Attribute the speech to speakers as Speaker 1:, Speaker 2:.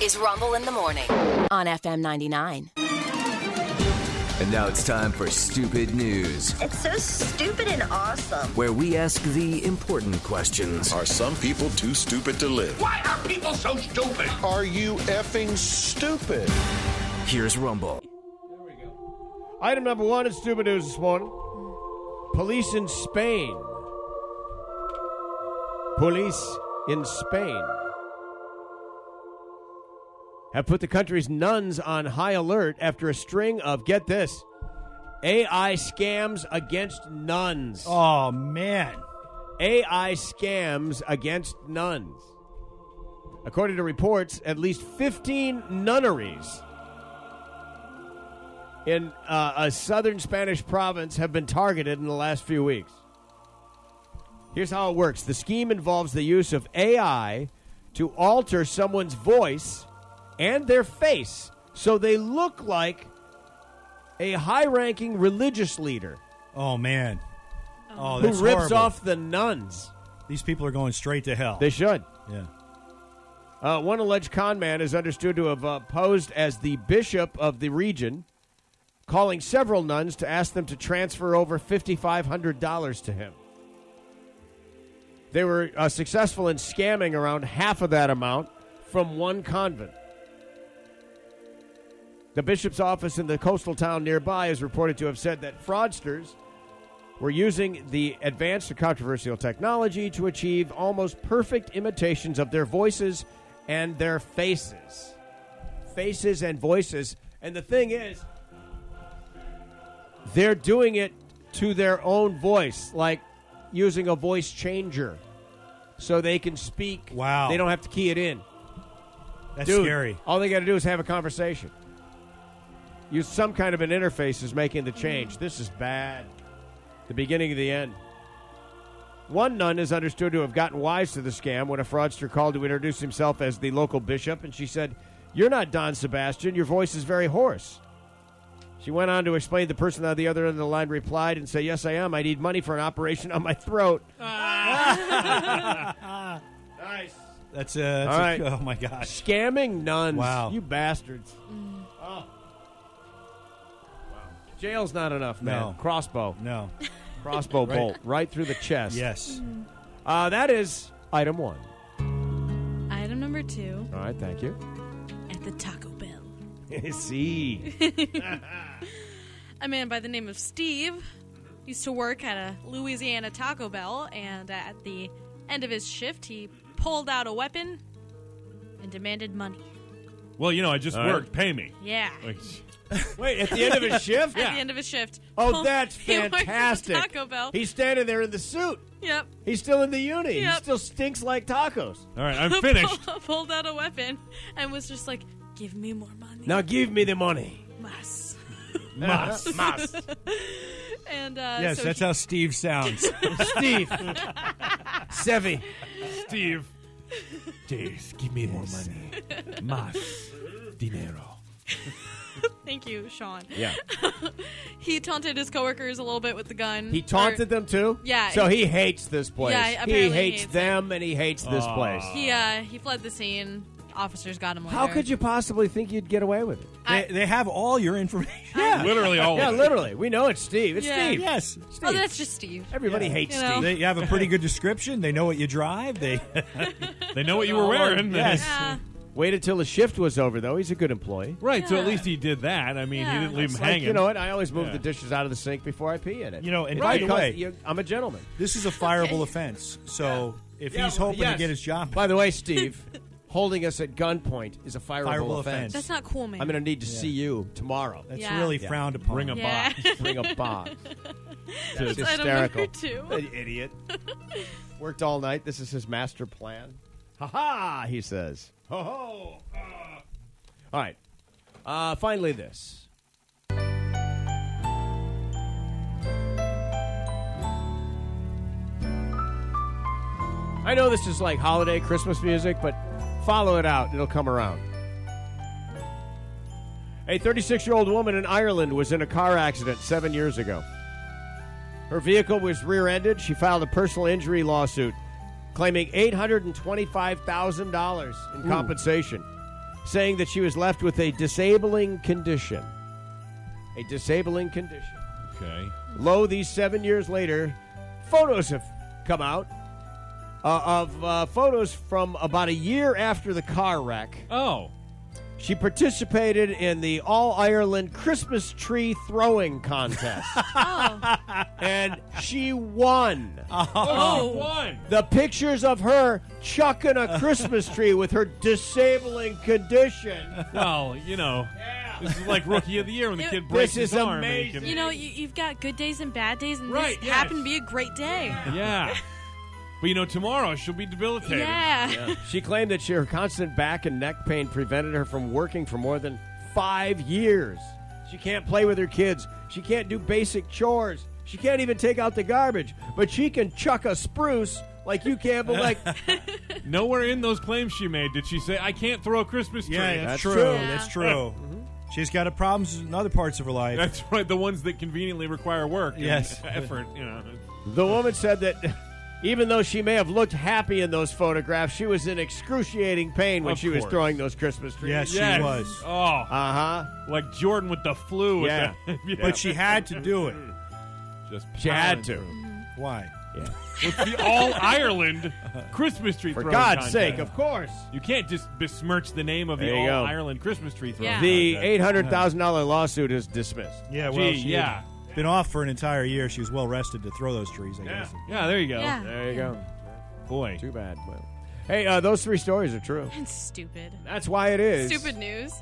Speaker 1: is Rumble in the Morning on FM 99.
Speaker 2: And now it's time for Stupid News,
Speaker 3: It's so stupid and awesome.
Speaker 2: where we ask the important questions.
Speaker 4: Are some people too stupid to live?
Speaker 5: Why are people so stupid?
Speaker 6: Are you effing stupid?
Speaker 2: Here's Rumble.
Speaker 7: Item number one in stupid news this morning. Police in Spain. Police in Spain have put the country's nuns on high alert after a string of, get this, AI scams against nuns.
Speaker 8: Oh man.
Speaker 7: AI scams against nuns. According to reports, at least 15 nunneries in uh, a southern Spanish province have been targeted in the last few weeks. Here's how it works the scheme involves the use of AI to alter someone's voice and their face so they look like a high ranking religious leader
Speaker 8: Oh man. Oh,
Speaker 7: who
Speaker 8: that's
Speaker 7: rips
Speaker 8: horrible.
Speaker 7: off the nuns.
Speaker 8: These people are going straight to hell.
Speaker 7: They should.
Speaker 8: yeah.
Speaker 7: Uh, one alleged con man is understood to have uh, posed as the bishop of the region, calling several nuns to ask them to transfer over $5,500 to him. They were uh, successful in scamming around half of that amount from one convent. The bishop's office in the coastal town nearby is reported to have said that fraudsters were using the advanced or controversial technology to achieve almost perfect imitations of their voices and their faces. Faces and voices. And the thing is, they're doing it to their own voice, like using a voice changer. So they can speak.
Speaker 8: Wow.
Speaker 7: They don't have to key it in.
Speaker 8: That's
Speaker 7: Dude,
Speaker 8: scary.
Speaker 7: All they got to do is have a conversation. Use some kind of an interface is making the change. This is bad. The beginning of the end. One nun is understood to have gotten wise to the scam when a fraudster called to introduce himself as the local bishop, and she said, You're not Don Sebastian. Your voice is very hoarse. She went on to explain the person on the other end of the line replied and said, Yes, I am. I need money for an operation on my throat. nice.
Speaker 8: That's uh that's
Speaker 7: All
Speaker 8: a-
Speaker 7: right.
Speaker 8: oh my gosh.
Speaker 7: Scamming nuns.
Speaker 8: Wow.
Speaker 7: You bastards. Oh. Jail's not enough, man.
Speaker 8: No.
Speaker 7: Crossbow.
Speaker 8: No.
Speaker 7: Crossbow
Speaker 8: Right.
Speaker 7: bolt right through the chest.
Speaker 8: Yes.
Speaker 7: Uh, that is item one.
Speaker 9: Item number two
Speaker 7: All right, thank you.
Speaker 9: at the Taco Bell.
Speaker 7: See.
Speaker 9: A man by the name of Steve used to work at a Louisiana Taco Bell, and at the end of his shift, he pulled out a weapon and demanded money.
Speaker 10: Well, you know, I just
Speaker 7: All right.
Speaker 10: worked. Pay me.
Speaker 9: Yeah.
Speaker 10: Like,
Speaker 7: Wait, at the end of his shift?
Speaker 9: At the end of his shift.
Speaker 7: Oh,
Speaker 9: pulled-
Speaker 7: that's
Speaker 9: he worked at the
Speaker 7: fantastic.
Speaker 9: Taco Bell.
Speaker 7: He's standing there in the suit.
Speaker 9: yep.
Speaker 7: He's still in the uni. He
Speaker 9: Yep.
Speaker 7: still stinks like tacos.
Speaker 10: all right, I'm finished.
Speaker 9: pulled out a weapon and was just like, "Give me more money,
Speaker 7: Now give me the money.
Speaker 9: mas."
Speaker 7: Mas. Mas.
Speaker 9: And uh,
Speaker 8: Yes,
Speaker 9: so
Speaker 8: that's
Speaker 9: he-
Speaker 8: how Steve sounds.
Speaker 7: Steve. Sevi.
Speaker 10: Steve.
Speaker 7: Jeez, give me more money. Mas. Dinero.
Speaker 9: thank you, Sean.
Speaker 7: Yeah.
Speaker 9: He taunted his coworkers a little bit with the gun.
Speaker 7: He taunted
Speaker 9: Or-
Speaker 7: them too.
Speaker 9: Yeah,
Speaker 7: So
Speaker 9: it-
Speaker 7: he hates this place.
Speaker 9: Yeah,
Speaker 7: he
Speaker 9: apparently he
Speaker 7: hates
Speaker 9: hates
Speaker 7: them and he hates this place.
Speaker 9: He uh, he fled the scene. Officers got him. Later.
Speaker 7: How could you possibly think you'd get away with it?
Speaker 8: they, they have all your information.
Speaker 7: Yeah,
Speaker 10: Literally all
Speaker 7: yeah,
Speaker 10: of it.
Speaker 7: literally. We know it's Steve. It's
Speaker 9: Yeah.
Speaker 7: Steve.
Speaker 8: Oh, Yes.
Speaker 9: Oh, that's just Steve.
Speaker 7: Everybody hates
Speaker 9: You know.
Speaker 7: Steve.
Speaker 8: They have a pretty good description. They know what you drive. They
Speaker 10: They know what you were wearing.
Speaker 8: Yes.
Speaker 9: Yeah.
Speaker 7: Waited till the shift was over though. He's a good employee.
Speaker 10: Right, so at least he did that. I mean,
Speaker 9: Yeah.
Speaker 10: he didn't leave him
Speaker 7: Like,
Speaker 10: hanging.
Speaker 7: you know what? I always move
Speaker 10: Yeah.
Speaker 7: the dishes out of the sink before I pee in it.
Speaker 8: You know, and by the
Speaker 7: because
Speaker 8: way-
Speaker 7: you- I'm a gentleman.
Speaker 8: this is a fireable offense. So if he's hoping
Speaker 7: yes.
Speaker 8: to get his job
Speaker 7: By the way, Steve, holding us at gunpoint is a fireable,
Speaker 8: Fireable
Speaker 7: offense.
Speaker 8: offense.
Speaker 9: That's not cool, man.
Speaker 7: I'm going to need to see you tomorrow.
Speaker 8: that's
Speaker 9: Yeah.
Speaker 8: really
Speaker 7: Yeah.
Speaker 8: frowned upon.
Speaker 10: Bring a
Speaker 9: Yeah.
Speaker 10: box.
Speaker 7: Bring a box. That's
Speaker 9: That's item
Speaker 7: hysterical.
Speaker 9: number two.
Speaker 7: An idiot. Worked all night. This is his master plan. Ha ha, he says. Ho ho. ah. All right. Uh, finally, this. I know this is like holiday Christmas music, but follow it out. It'll come around. A 36 year old woman in Ireland was in a car accident seven years ago. Her vehicle was rear ended. She filed a personal injury lawsuit claiming $825,000 in compensation. saying that she was left with a disabling condition. A disabling condition.
Speaker 10: Okay.
Speaker 7: Lo, these seven years later, photos have come out uh, of uh, photos from about a year after the car wreck.
Speaker 10: Oh.
Speaker 7: She participated in the All Ireland Christmas tree throwing contest,
Speaker 9: Oh,
Speaker 7: and she won.
Speaker 10: Oh, one.
Speaker 7: The pictures of her chucking a Christmas tree with her disabling condition.
Speaker 10: Well, you know, this is like rookie of the year when the
Speaker 9: It-
Speaker 10: kid breaks
Speaker 7: This
Speaker 10: his
Speaker 7: is
Speaker 10: arm. and he
Speaker 7: amazing.
Speaker 10: can-
Speaker 9: you know, you, you've got good days and bad days, and
Speaker 10: Right,
Speaker 9: this
Speaker 10: yes.
Speaker 9: happened to be a great day.
Speaker 10: yeah. But you know, tomorrow she'll be debilitated.
Speaker 9: Yeah.
Speaker 7: She claimed that she, her constant back and neck pain prevented her from working for more than five years. She can't play with her kids. She can't do basic chores. She can't even take out the garbage. But she can chuck a spruce like you can, but like
Speaker 10: Nowhere in those claims she made did she say, "I can't throw a Christmas tree."
Speaker 8: Yeah,
Speaker 7: That's
Speaker 8: that's, true.
Speaker 7: true.
Speaker 8: That's true. She's got a problems in other parts of her life.
Speaker 10: That's right. The ones that conveniently require work. and
Speaker 8: Yes.
Speaker 10: effort. You know.
Speaker 7: the woman said that even though she may have looked happy in those photographs, she was in excruciating pain when
Speaker 10: Of
Speaker 7: she was
Speaker 10: course.
Speaker 7: throwing those Christmas trees.
Speaker 8: yes,
Speaker 10: Yes.
Speaker 8: she was.
Speaker 10: Oh,
Speaker 7: Uh huh.
Speaker 10: like Jordan with the flu. with
Speaker 7: Yeah.
Speaker 10: the- yeah.
Speaker 8: But she had to do it.
Speaker 10: just
Speaker 7: She had to.
Speaker 8: Why?
Speaker 10: with the All Ireland Christmas tree.
Speaker 7: For
Speaker 10: throwing
Speaker 7: God's
Speaker 10: contest.
Speaker 7: sake, of course.
Speaker 10: you can't just besmirch the name of the
Speaker 7: There you
Speaker 10: All
Speaker 7: go.
Speaker 10: Ireland Christmas tree throwing.
Speaker 9: Yeah.
Speaker 7: The E.
Speaker 10: contest.
Speaker 7: $800,000 lawsuit is dismissed.
Speaker 8: Yeah,
Speaker 10: Gee,
Speaker 8: well, she
Speaker 10: yeah.
Speaker 8: had been off for an entire year. She was well rested to throw those trees, I
Speaker 10: yeah,
Speaker 8: guess.
Speaker 10: yeah. There you go.
Speaker 9: Yeah.
Speaker 7: There you go.
Speaker 10: Boy,
Speaker 7: Too bad. Well, hey, uh, those three stories are true.
Speaker 9: And stupid.
Speaker 7: That's why it is.
Speaker 9: Stupid news.